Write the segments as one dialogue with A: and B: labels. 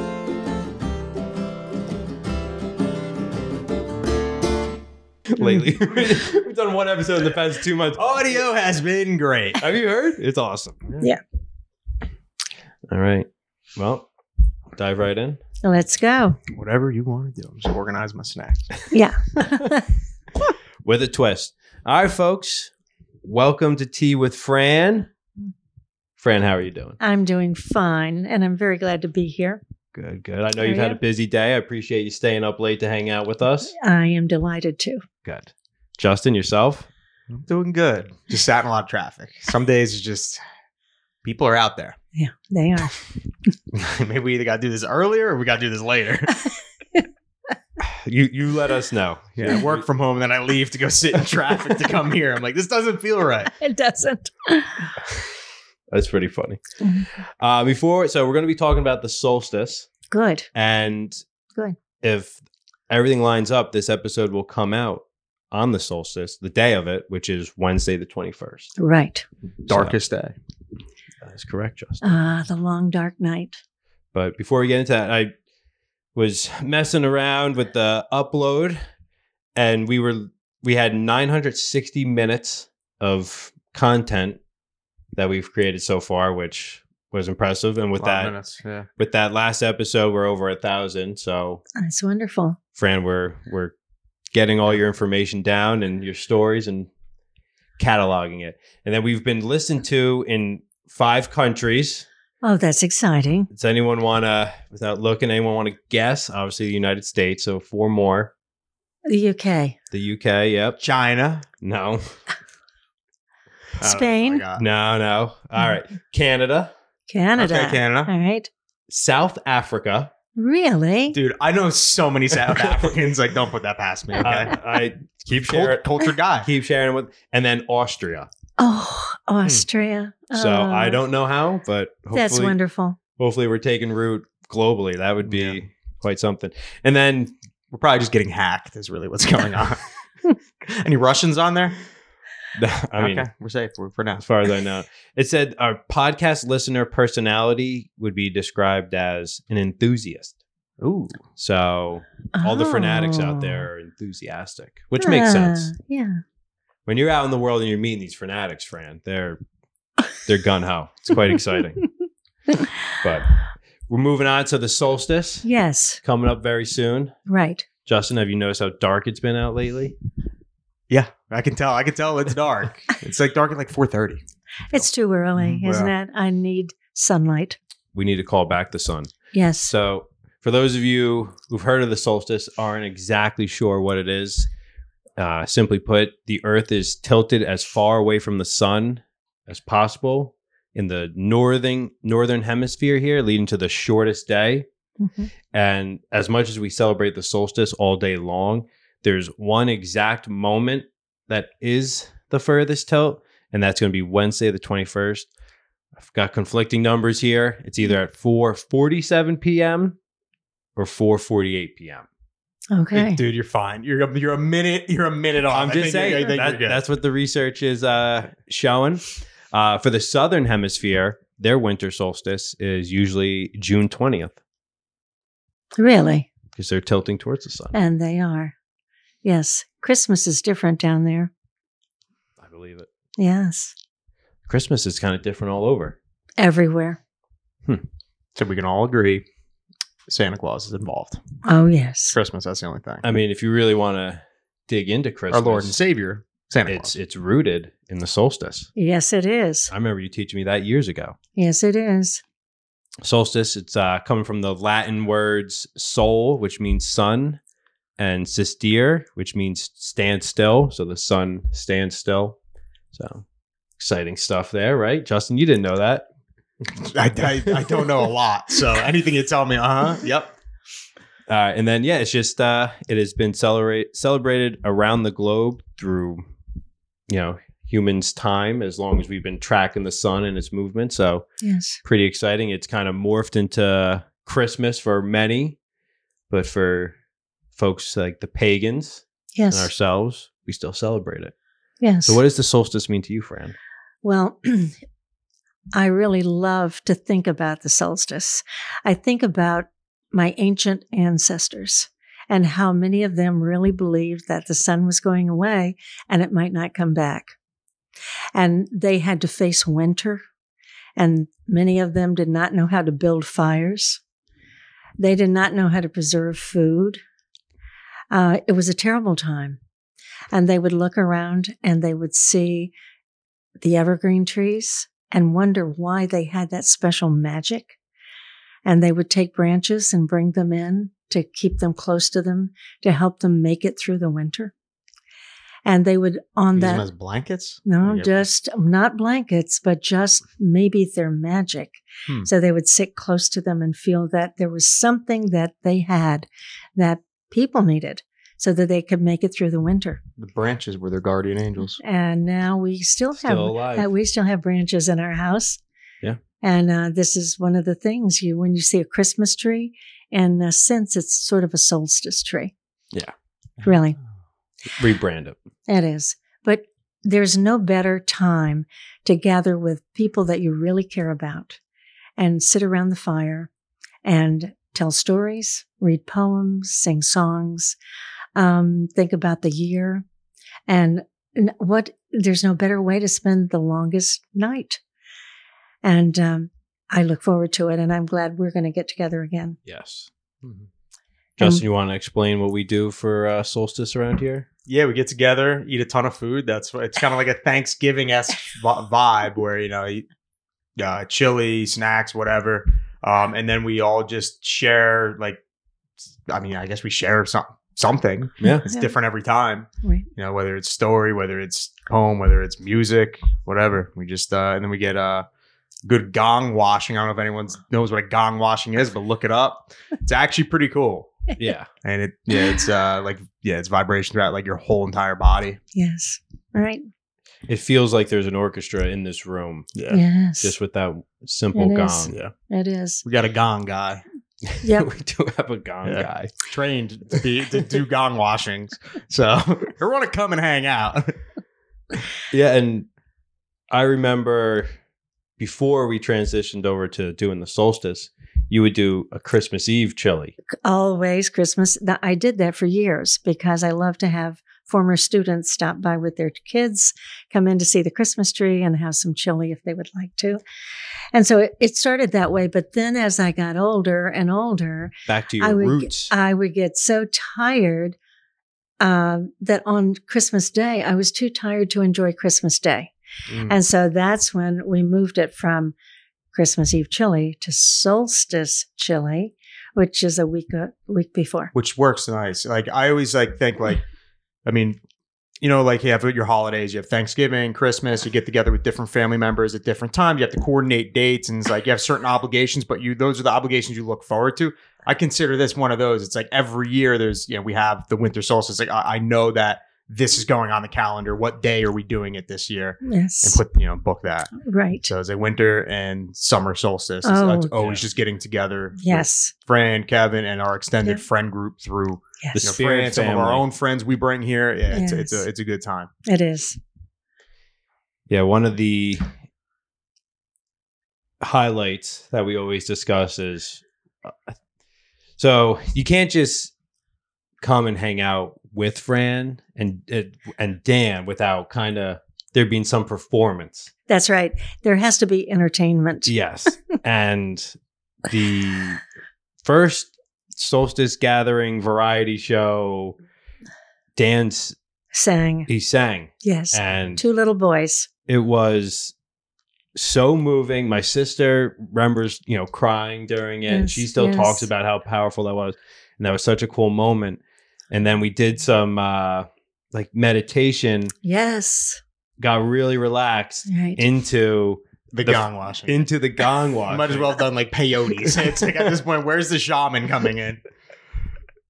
A: lately. We've done one episode in the past two months.
B: Audio has been great.
A: Have you heard? It's awesome.
C: Yeah.
A: All right. Well, dive right in.
C: Let's go.
B: Whatever you want to do. I'm just organize my snacks.
C: Yeah.
A: with a twist. All right, folks. Welcome to Tea with Fran. Fran, how are you doing?
C: I'm doing fine and I'm very glad to be here.
A: Good, good. I know
C: How
A: you've
C: are
A: had
C: you?
A: a busy day. I appreciate you staying up late to hang out with us.
C: I am delighted to.
A: Good. Justin, yourself?
B: I'm doing good. Mm-hmm. Just sat in a lot of traffic. Some days it's just people are out there.
C: Yeah, they are.
B: Maybe we either got to do this earlier or we got to do this later.
A: You you let us know.
B: Yeah, I work from home and then I leave to go sit in traffic to come here. I'm like, this doesn't feel right.
C: It doesn't.
A: That's pretty funny.
C: Mhm.
A: Uh, before, so we're going to be talking about the solstice,
C: Good.
A: and
C: Good.
A: if everything lines up, this episode will come out on the solstice, the day of it, which is Wednesday the twenty first.
C: Right.
B: day.
A: That's correct, Justin.
C: Ah, the long dark night.
A: But before we get into that, I was messing around with the upload and we were we had 960 minutes of content that we've created so far, which was impressive. And with that
B: minutes. Yeah.
A: with that last episode, we're over a thousand. So
C: That's wonderful.
A: Fran, we're we're getting all your information down and your stories and cataloging it. And then we've been listened to in five countries.
C: Oh, that's exciting.
A: Does anyone want to, without looking, anyone want to guess? Obviously, the United States. So four more.
C: The UK.
A: The UK. Yep.
B: China.
A: No.
B: I don't know if I
C: Spain.
B: got-
A: No. No. All right. Canada.
C: Canada.
B: Okay, Canada.
C: All right.
A: South Africa.
C: Really?
B: Dude, I know so many South Africans. Like, don't put that past me.
A: I,
B: Okay.
A: I keep
B: Cult-
A: sharing.
B: cultured Uh, guy.
A: Keep sharing with, and then Austria.
C: Oh, Austria.
A: Hmm. So
C: Oh,
A: I don't know how, but hopefully,
C: That's wonderful.
A: hopefully we're taking root globally. That would be
B: Yeah.
A: quite something. And then
B: We're probably just getting hacked. Is really what's going on. Any Russians on there?
A: I mean,
B: we're safe for, for now.
A: as far as I know. It said our podcast listener personality would be described as an enthusiast.
B: Ooh,
A: So all the fanatics
C: Oh.
A: out there are enthusiastic, which makes
C: Ah,
A: sense.
C: Yeah.
A: When you're out in the world and you're meeting these fanatics, Fran, they're they're gun ho. It's quite exciting. But we're moving on to the solstice
C: Yes.
A: coming up very soon.
C: Right.
A: Justin, have you noticed how dark it's been out lately?
B: yeah, I can tell. I can tell it's dark. it's like dark at like four thirty.
C: It's too early,
A: Hmm,
B: Mm,
C: isn't it? I need sunlight.
A: We need to call back the sun.
C: Yes.
A: So, for those of you who've heard of the solstice, aren't exactly sure what it is, uh, simply put, the Earth is tilted as far away from the sun as possible in the northern northern hemisphere here, leading to the shortest day.
C: Mhm.
A: And as much as we celebrate the solstice all day long, there's one exact moment that is the furthest tilt, and that's going to be Wednesday the 21st. I've got conflicting numbers here. It's either at 4:47 p.m. or 4:48 p.m.
C: Okay.
B: Dude, you're fine. You're a- you're a minute. You're a minute off.
A: I'm
B: I
A: just
B: think you're- I
A: saying
B: think
A: that-
B: you're good.
A: that's what the research is uh, showing. Uh, for the southern hemisphere, their winter solstice is usually June 20th
C: Really?
A: because they're tilting towards the sun.
C: And they are. Yes. Christmas is different down there.
A: I believe it.
C: Yes.
A: Christmas is kind of different all over.
C: Everywhere.
B: so we can all agree. Santa Claus is involved.
C: Oh, yes.
B: Christmas. That's the only thing.
A: I mean, if you really want to dig into
B: Our
A: Christmas,
B: Lord and Savior, Santa
A: it's
B: Claus.
A: it's rooted in the solstice.
C: Yes, it is.
A: I remember you teaching me that years ago.
C: Yes, it is.
A: Solstice, it's uh, coming from the Latin words sol, which means sun, and sistere, which means stand still. So the sun stands still. So exciting stuff there, right? Justin, you didn't know that.
B: I, I I don't know a lot, so anything you tell me, uh huh. Yep.
A: Uh, and then, yeah, it's just, uh, it has been celebrate, celebrated around the globe through, you know, humans' time as long as we've been tracking the sun and its movement. So
C: Yes.
A: pretty exciting. It's kind of morphed into Christmas for many, but for folks like the pagans and
C: Yes.
A: ourselves, we still celebrate it.
C: Yes.
A: So, what does the solstice mean to you, Fran?
C: Well, I really love to think about the solstice. I think about my ancient ancestors and how many of them really believed that the sun was going away and it might not come back. And they had to face winter, and many of them did not know how to build fires. They did not know how to preserve food. Uh, it was a terrible time. And they would look around and they would see the evergreen trees and wonder why they had that special magic. And they would take branches and bring them in to keep them close to them to help them make it through the winter. And they would on
B: Use
C: that
B: them as blankets.
C: no,
A: Yep.
C: just not blankets, but just maybe their magic.
B: Hmm.
C: So they would sit close to them and feel that there was something that they had that people needed so that they could make it through the winter.
B: The branches were their guardian angels.
C: And now we still, have
A: Still alive.
C: uh, we still have branches in our house.
A: Yeah.
C: And uh, this is one of the things you when you see a Christmas tree, and uh, since it's sort of a solstice tree.
A: Yeah.
C: Really.
A: Rebrand it.
C: It is. But there's no better time to gather with people that you really care about and sit around the fire and tell stories, read poems, sing songs, um, think about the year. And n- what there's no better way to spend the longest night. And um, I look forward to it. And I'm glad we're going to get together again.
A: Yes. Mm-hmm. Justin, you want to explain what we do for uh, solstice around here?
B: Yeah, we get together, eat a ton of food. That's what it's kind of like a Thanksgiving esque vibe where you know, you- uh, chili, snacks, whatever, um, and then we all just share. Like, I mean, I guess we share some something.
A: Yeah.
B: It's
C: Yeah.
B: different every time.
C: Right.
B: you know, whether it's story, whether it's poem, whether it's music, whatever. We just uh, and then we get uh, good gong washing. I don't know if anyone knows what a gong washing is, but look it up. It's actually pretty cool,
A: Yeah.
B: and it yeah, it's uh, like yeah, it's vibrations throughout like your whole entire body.
C: Yes. All right.
A: It feels like there's an orchestra in this room
B: Yeah.
C: Yes.
A: just with that simple
C: It
A: gong.
C: is.
B: Yeah,
C: it is.
B: we got a gong guy.
C: Yep.
A: we do have a gong
B: Oh, Yeah.
A: guy.
B: trained to be to do gong washings, so you want to come and hang out.
A: Yeah, and I remember before we transitioned over to doing the solstice, you would do a Christmas Eve chili.
C: always Christmas. Th- I did that for years because I love to have former students stop by with their kids, come in to see the Christmas tree and have some chili if they would like to. And so it, it started that way. But then as I got older and older,
A: Back to
C: I
A: your
C: would
A: roots.
C: I would get so tired uh, that on Christmas Day, I was too tired to enjoy Christmas Day.
B: Mm.
C: And so that's when we moved it from Christmas Eve chili to solstice chili, which is a week a week before.
B: which works nice. Like I always like think like, I mean, you know, like you have your holidays, you have Thanksgiving, Christmas, you get together with different family members at different times. You have to coordinate dates, and it's like you have certain obligations, but you those are the obligations you look forward to. I consider this one of those. It's like every year there's you know we have the winter solstice. Like I, I know that this is going on the calendar. What day are we doing it this year? And
C: Yes,
B: put you know book that.
C: right.
B: So it's a winter and summer solstice.
C: Oh.
B: it's always just getting together.
C: Yes,
B: with Fran, Kevin, and our extended
C: Yeah.
B: friend group through
C: yes,
A: The
B: you know,
A: spirit
B: friends, some of our
A: family.
B: own friends we bring here. Yeah, it's, it's
C: Yes.
B: a it's a good time.
C: it is.
A: Yeah, one of the highlights that we always discuss is uh, so you can't just come and hang out with Fran and and Dan without kind of there being some performance.
C: That's right. There has to be entertainment.
A: Yes. and the first solstice gathering variety show, Dan's
C: Sang
A: he sang.
C: yes.
A: And
C: Two little boys.
A: it was so moving. My sister remembers, you know, crying during it. and she
C: Yes,
A: still
C: yes.
A: talks about how powerful that was. And that was such a cool moment. And then we did some uh like meditation,
C: Yes,
A: got really relaxed
C: right.
A: into
B: The,
A: The-
B: gong washing.
A: into the gong walk.
B: you might as well have done like peyotes. it's like at this point, where's the shaman coming in?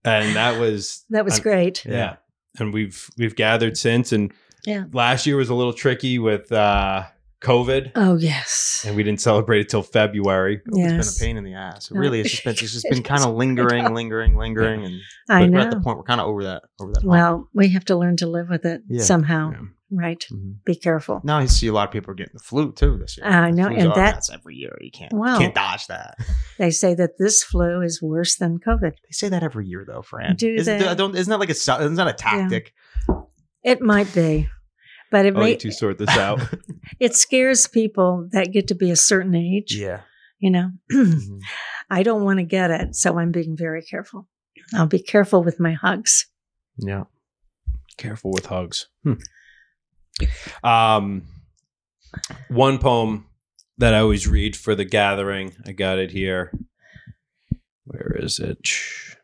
A: And that was
C: that was
A: I'm-
C: great.
A: yeah. and we've we've gathered since and
C: Yeah.
A: last year was a little tricky with uh covid
C: Oh yes,
A: and we didn't celebrate it till february
B: It's
C: yes.
B: been a pain in the ass. It
C: No.
B: really, it's just been it's just been
C: It
B: kind
C: is.
B: of lingering, lingering, lingering, and
C: I
B: we're
C: know.
B: at the point we're kind of over that over that. hump.
C: Well, we have to learn to live with it
B: Yeah.
C: somehow.
A: Yeah.
C: right?
A: Mhm.
C: Be careful.
B: Mm-hmm. Now I see a lot of people are getting the flu too this year.
C: I know,
B: The flu's
C: and
B: on.
C: that-
B: that's every year. You can't
C: Wow.
B: can't dodge that.
C: They say that this flu is worse than COVID.
B: They say that every year though, Fran.
C: Do
B: isn't
C: they?
B: that- don't, isn't that like a su- isn't that a tactic?
C: It might be, but it
B: Oh,
A: I'll
C: may,
A: let you sort this out.
C: it scares people that get to be a certain age.
B: Yeah.
C: You know,
B: Mhm.
C: I don't want to get it, so I'm being very careful. I'll be careful with my hugs.
B: Yeah.
A: Careful with hugs.
B: Hmm.
A: Um, one poem that I always read for the gathering. I got it here. Where is it? Shh.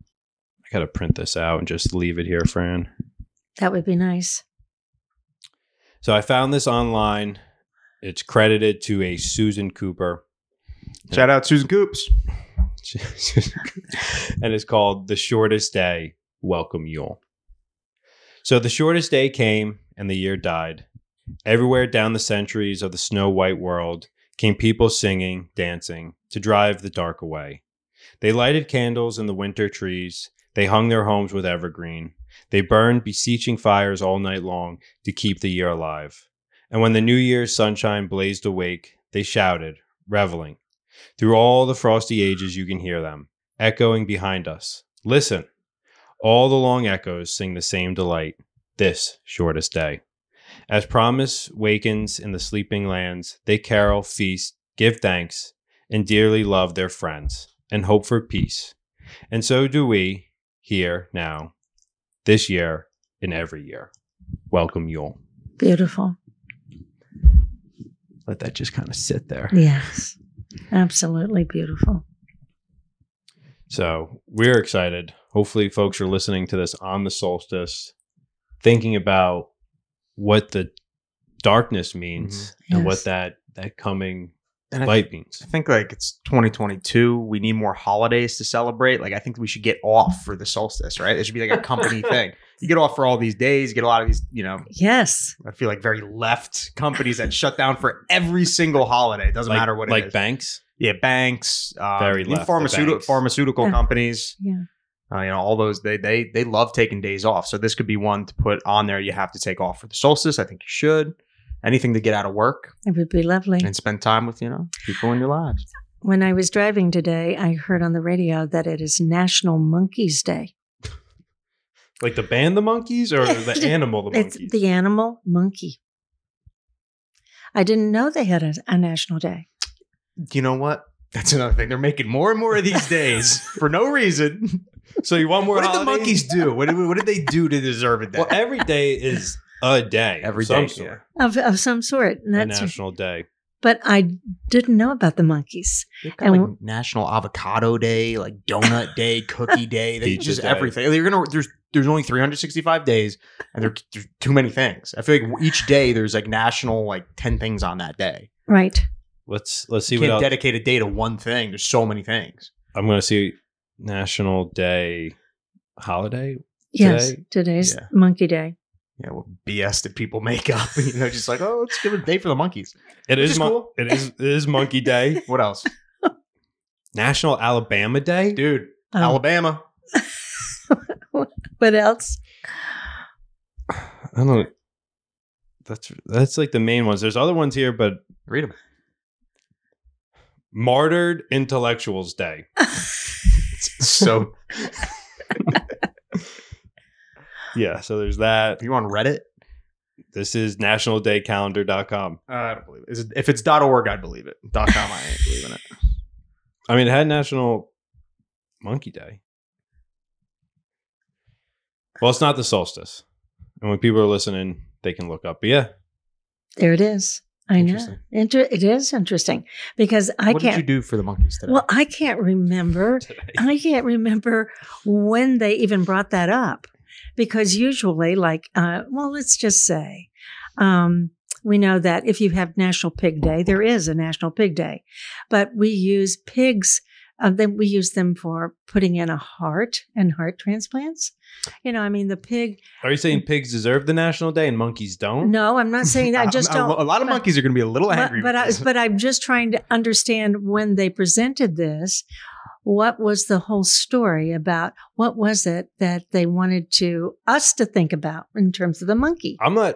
A: I gotta print this out and just leave it here, Fran.
C: That would be nice.
A: So I found this online. It's credited to a Susan Cooper.
B: Shout out Susan Coops.
A: and it's called The Shortest Day Welcome Yule. So the shortest day came and the year died. Everywhere down the centuries of the snow white world came people singing, dancing to drive the dark away. They lighted candles in the winter trees. They hung their homes with evergreen. They burned beseeching fires all night long to keep the year alive. And when the new year's sunshine blazed awake, they shouted, reveling. Through all the frosty ages, you can hear them echoing behind us. Listen, all the long echoes sing the same delight this shortest day. As promise wakens in the sleeping lands, they carol, feast, give thanks, and dearly love their friends and hope for peace. And so do we here now, this year, and every year. Welcome, Yule.
C: Beautiful.
A: Let that just kind of sit there.
C: Yes. Absolutely beautiful.
A: So we're excited. Hopefully, folks are listening to this on the solstice, thinking about what the darkness means and what
C: Yes.
A: that that coming
B: And Mm-hmm. I-
A: light means.
B: I think like it's 2022. We need more holidays to celebrate. Like I think we should get off for the solstice, right? It should be like a company thing. You get off for all these days. You get a lot of these, you know.
C: Yes.
B: I feel like very left companies that shut down for every single holiday. It doesn't
A: like,
B: matter what
A: like
B: it is.
A: banks.
B: yeah, banks, um,
A: Very
B: new
A: left, the
B: pharmaceutical
A: banks.
B: pharmaceutical
C: Yeah.
B: companies.
C: Yeah.
B: Uh, you know, all those they they they love taking days off. So this could be one to put on there. You have to take off for the solstice. I think you should. Anything to get out of work
C: It would be lovely.
B: and spend time with you know people in your lives.
C: When I was driving today, I heard on the radio that it is National Monkeys Day.
A: Like the band the monkeys or the animal the
C: It's
A: monkeys.
C: the animal monkey. I didn't know they had a, a national day.
B: You know what? That's another thing. They're making more and more of these days for no reason.
A: so you want more
B: what did the
A: holidays?
B: monkeys do? What did, what did they do to deserve it?
A: Well, every day is a day.
B: Every
A: of some
B: day,
A: sort.
B: yeah.
C: of, of some sort. And
A: A
C: that's,
A: national day.
C: but I didn't know about the monkeys.
B: They've got
C: And-
B: like National Avocado Day, like Donut Day, Cookie Day. They
A: Pizza
B: just
A: Day.
B: everything. They're gonna there's there's only 365 days, and there- there's too many things. I feel like each day there's like national like 10 things on that day.
C: Right.
A: Let's let's see
B: You
A: what
B: can't
A: else.
B: dedicate a day to one thing. There's so many things.
A: I'm going to see National Day holiday.
C: Yes.
A: Today?
C: Today's
B: Yeah.
C: monkey day.
B: Yeah, what BS did people make up? You know, just like oh, let's give a day for the monkeys.
A: It
B: Which
A: is
B: is
A: mon-
B: cool.
A: it is it is Monkey Day.
B: What else,
A: National Alabama Day.
B: dude?
C: Um,
B: Alabama.
C: What else?
A: I don't. That's that's like the main ones. There's other ones here, but
B: Read them.
A: Martyred Intellectuals Day.
B: So
A: Yeah, so there's that.
B: you on Reddit?
A: This is nationaldaycalendar.com.
B: Uh, I don't believe it. Is it. If it's .org, I'd believe it. .com, I ain't believing it.
A: I mean, it had National Monkey Day. Well, it's not the solstice, and when people are listening, they can look up. But yeah,
C: There it is. I know.
B: Interesting.
C: Inter- it is interesting because I
B: what
C: can't.
B: did you do for the monkeys today?
C: Well, I can't remember. I can't remember when they even brought that up because usually, like, uh, well, let's just say um, we know that if you have National Pig Day, there is a National Pig Day, but we use pigs. Uh, then we use them for putting in a heart and heart transplants. You know, I mean, the pig.
A: are you saying pigs deserve the national day and monkeys don't?
C: No, I'm not saying that. Hmm. I
B: I'm-
C: just
B: I'm-
C: don't.
B: A lot of
C: but-
B: monkeys are going to be a little angry.
C: but, but,
B: with
C: I,
B: this.
C: but I'm just trying to understand when they presented this, what was the whole story about? What was it that they wanted to us to think about in terms of the
B: Uh,
C: monkey?
A: I'm not.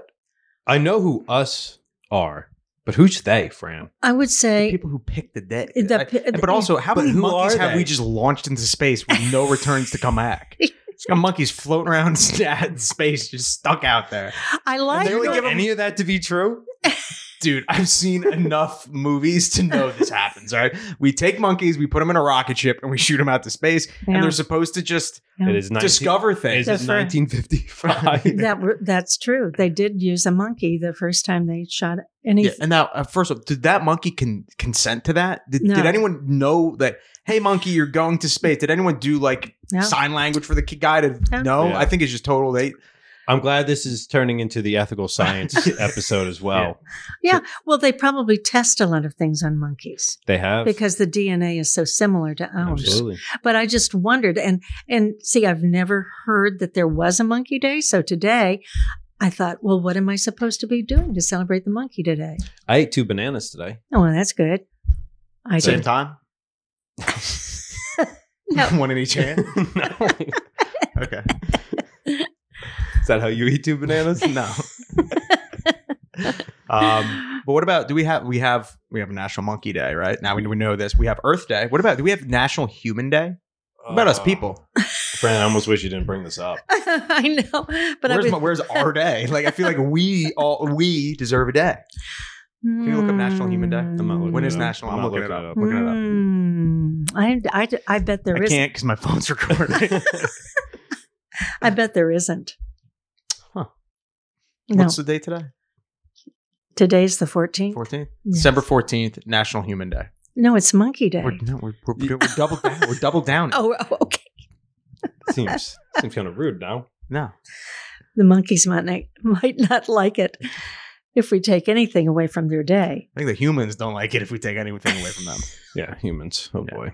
A: I know who us are, but who's they, Fran?
C: I would
B: The
C: say
B: people who picked the day.
C: The
B: I-
C: pi-
B: and- but also, how
A: But
B: many
A: who
B: monkeys
A: are
B: have
A: they?
B: we just launched into space with no returns to come back? It's got monkeys floating around in space, just stuck out there.
C: I
A: Do
C: like
A: you
B: really
A: know
B: give 'em-
A: any of that to be true?
B: Dude, I've seen enough movies to know this happens. All right, we take monkeys, we put them in a rocket ship, and we shoot them out to space, and
C: Yeah.
B: they're supposed to just
C: Yeah.
A: It is 19,
B: discover
A: it is
B: things.
C: The fir-
A: 1955.
C: that were- that's true. They did use a monkey the first time they shot any.
B: Yeah, and now, uh, first of all, did that monkey con- consent to that? Did,
C: No.
B: did anyone know that? Hey, monkey, you're going to space. Did anyone do like
C: No.
B: sign language for the ki- guy to
C: No.
B: know?
A: Yeah.
B: I think it's just total. They
A: I'm glad this is turning into the ethical science episode as well.
C: Well, they probably test a lot of things on monkeys
A: They have
C: because the DNA is so similar to ours.
A: absolutely.
C: but I just wondered and and see I've never heard that there was a monkey day so today I thought well what am I supposed to be doing to celebrate the monkey today
A: I ate two bananas today.
C: oh well, that's good I
B: same
C: did
B: time.
C: No.
B: one in each hand.
A: no.
B: Okay,
A: Is that how you eat two bananas?
B: no. um, but what about? Do we have we have we have National Monkey Day, right? Now we, we know this. We have Earth Day. What about? Do we have National Human Day? What about us
A: Uh,
B: people?
A: Fran, I almost wish you didn't bring this up.
C: I know but I
B: where's,
C: was,
B: my, where's our day? Like I feel like we all we deserve a day.
C: can
B: you look up National Human Day?
A: I'm not looking
B: When
A: it
B: is
A: up.
B: National?
A: I'm
B: I'm
A: not
B: looking
A: looking
B: it
A: it
B: up. Looking it up.
C: Hmm. I, I, I bet there
B: I
C: is.
B: can't because my phone's recording.
C: I bet there isn't.
B: Huh.
C: No,
B: What's the day today?
C: today's the 14th.
B: 14th?
C: Yes.
B: December 14th, National Human Day.
C: No, it's Monkey Day.
B: We're, no, we're, we're, we're double down. We're double down.
C: Oh, oh, okay.
A: Seems seems kind of rude now.
B: No.
C: The monkeys might not, might not like it if we take anything away from their day.
B: I think the humans don't like it if we take anything away from them.
A: Yeah, humans. Oh
B: Yeah.
A: boy.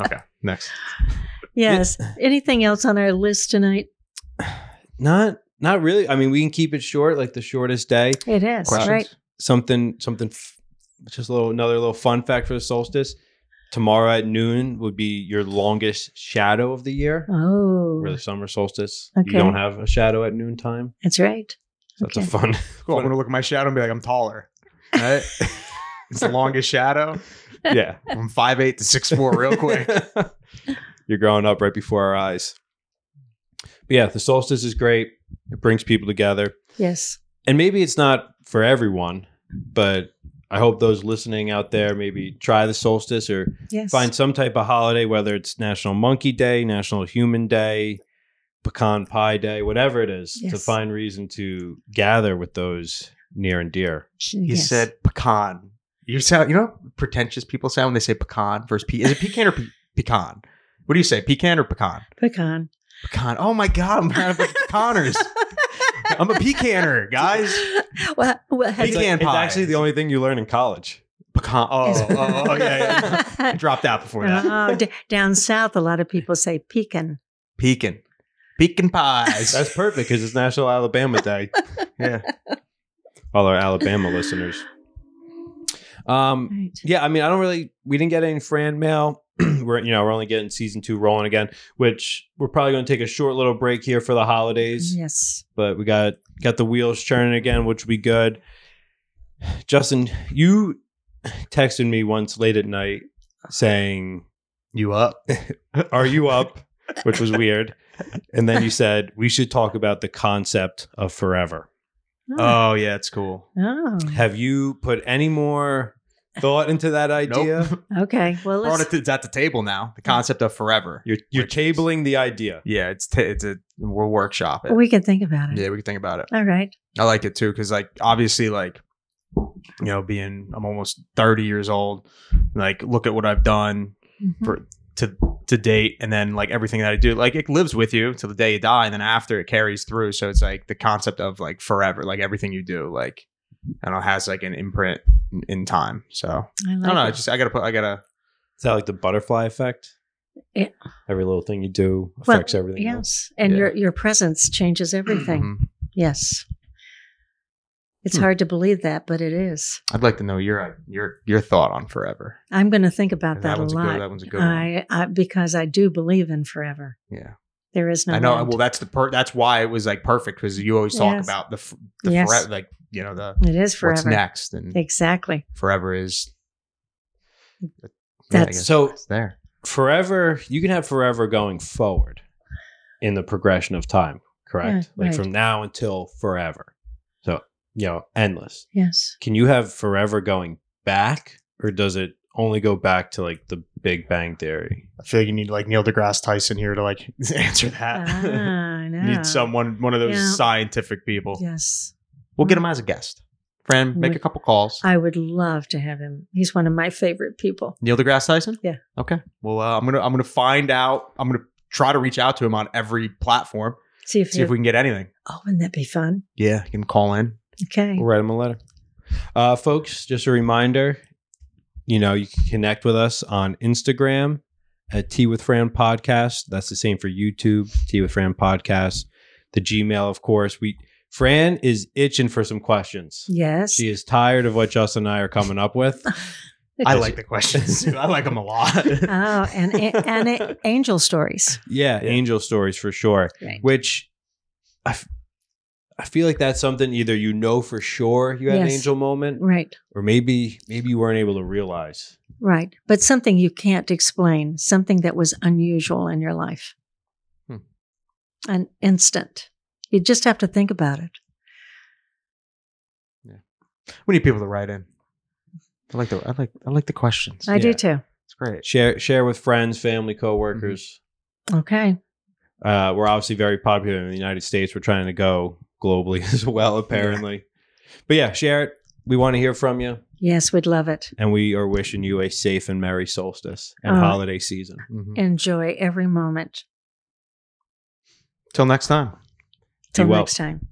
B: Okay. Next.
C: Yes. Anything else on our list tonight?
A: Not not really. I mean, we can keep it short, like the shortest day.
C: It is right.
A: Something something f- just a little another little fun fact for the solstice. Tomorrow at noon would be your longest shadow of the year.
C: Oh,
A: For the summer solstice.
C: Okay.
A: You don't have a shadow at noontime.
C: that's right.
A: So that's a
C: Okay.
A: fun
B: Cool. I'm going to look at my shadow and be like, I'm taller. Right? it's the longest shadow.
A: Yeah.
B: I'm 5'8 to 6'4 real quick.
A: You're growing up right before our eyes. But yeah, the solstice is great. It brings people together.
C: Yes.
A: And maybe it's not for everyone, but I hope those listening out there maybe try the solstice or
C: Yes.
A: find some type of holiday, whether it's National Monkey Day, National Human Day, Pecan Pie Day, whatever it is, to
C: Yes.
A: find reason to gather with those near and dear.
B: You
C: Yes.
B: said pecan. You sound, you know, how pretentious people sound when they say pecan versus pe. Is it pecan or pe- pecan? What do you say, pecan or pecan?
C: pecan.
B: Pecan. Oh my god, I'm around with pecaners. I'm a pecaner, guys.
C: well, well, have
A: It's,
C: you-
A: like-
B: Pecan
A: it's
B: pie.
A: actually the only thing you learn in college.
B: Pecan. Oh, oh, oh yeah, yeah. I dropped out before that.
C: Oh, d- down south, a lot of people say pecan.
B: Pecan. Pecan pies.
A: That's perfect because it's National Alabama Day.
B: yeah.
A: all our Alabama listeners. Um,
C: Right.
A: yeah, I mean, I don't really. We didn't get any Fran mail. we're you know we're only getting season two rolling again, which we're probably going to take a short little break here for the holidays.
C: Yes.
A: But we got got the wheels churning again, which will be good. Justin, you texted me once late at night saying,
B: You up?
A: "Are you up?" which was weird. And then you said we should talk about the concept of forever.
C: Oh.
B: Oh yeah, it's cool.
C: Oh.
A: Have you put any more thought into that idea?
B: Nope.
C: oh, Okay. Well,
B: Brought
C: let's,
B: it to, it's at the table now. The concept of forever.
A: You're you're
B: Which is-
A: tabling the idea.
B: Yeah, it's t- it's a we'll workshop it.
C: we can think about it.
B: yeah, we can think about it.
C: All right.
B: I like it too because like obviously like you know being I'm almost 30 years old like look at what I've done
C: Mhm.
B: For- to to date and then like everything that I do like it lives with you till the day you die and then after it carries through so it's like the concept of like forever like everything you do like I don't know has like an imprint in, in time so
C: I,
B: I
C: like
B: don't know I
C: it.
B: just I gotta put I gotta
A: Is that like the butterfly effect?
C: Yeah.
A: Every little thing you do
C: Well,
A: affects everything.
C: Yes. And
B: Yeah. mm-hmm.
C: your your presence changes everything.
B: Mhm.
C: Yes. It's
B: Hmm.
C: hard to believe that, but it is.
B: I'd like to know your uh, your your thought on forever.
C: I'm going to think about
B: And
C: that, a
B: one's
C: lot.
B: good. That one's a good one.
C: I, I because I do believe in forever.
B: Yeah,
C: There is no.
B: I know.
C: end.
B: Well, that's the per- that's why it was like perfect because you always talk
C: Yes.
B: about the f- the
C: Yes.
B: forever, like you know the
C: it is
B: what's
C: forever.
B: next and
C: Exactly.
B: forever is. yeah, I
C: That's-
B: guess
A: So-
B: it's there.
A: forever you can have forever going forward in the progression of time correct
C: Yeah,
A: like
C: right.
A: from now until forever so you know endless
C: Yes.
A: can you have forever going back or does it only go back to like the big bang theory
B: I feel like you need like Neil deGrasse Tyson here to like answer that.
C: ah, I
B: You
C: know.
B: Need someone, one of those
C: Yeah.
B: scientific people.
C: Yes.
B: We'll get him as a guest. Fran, make a
C: Would-
B: couple calls.
C: I would love to have him. He's one of my favorite people.
B: Neil deGrasse Tyson.
C: Yeah.
B: Okay. Well, uh, I'm gonna I'm gonna find out. I'm gonna try to reach out to him on every platform.
C: See if,
B: See
C: he,
B: if we can get anything.
C: Oh, wouldn't that be fun?
B: Yeah, you can call in.
C: Okay.
A: We'll write them a letter. Uh, folks, just a reminder, you know, you can connect with us on Instagram at Tea with Fran Podcast. That's the same for YouTube, Tea with Fran Podcast. The Gmail, of course. We Fran is itching for some questions.
C: Yes.
A: She is tired of what Justin and I are coming up with.
B: I like the questions. too. I like them a lot.
C: Oh, and a- and a- angel stories.
A: Yeah,
B: Yeah.
A: angel stories for sure.
C: Right.
A: Which I, f- I feel like that's something either you know for sure you had an
C: Yes. Mm.
A: angel moment,
C: Right.
A: or maybe maybe you weren't able to realize.
C: Right. But something you can't explain, something that was unusual in your life.
B: Hmm.
C: An instant. You just have to think about it.
B: we need people to write in. I like the I like I like the questions.
C: I
A: Yeah.
C: do too.
B: It's great.
A: share share with friends, family, coworkers.
C: Okay.
A: Uh, we're obviously very popular in the United States. We're trying to go globally as well, apparently. But yeah, share it. We want to hear from you,
C: Yes, we'd love it.
A: and we are wishing you a safe and merry solstice and
C: Uh,
A: holiday season.
B: Mhm.
C: Enjoy every moment.
B: Till next time.
C: Till
A: well.
C: next time.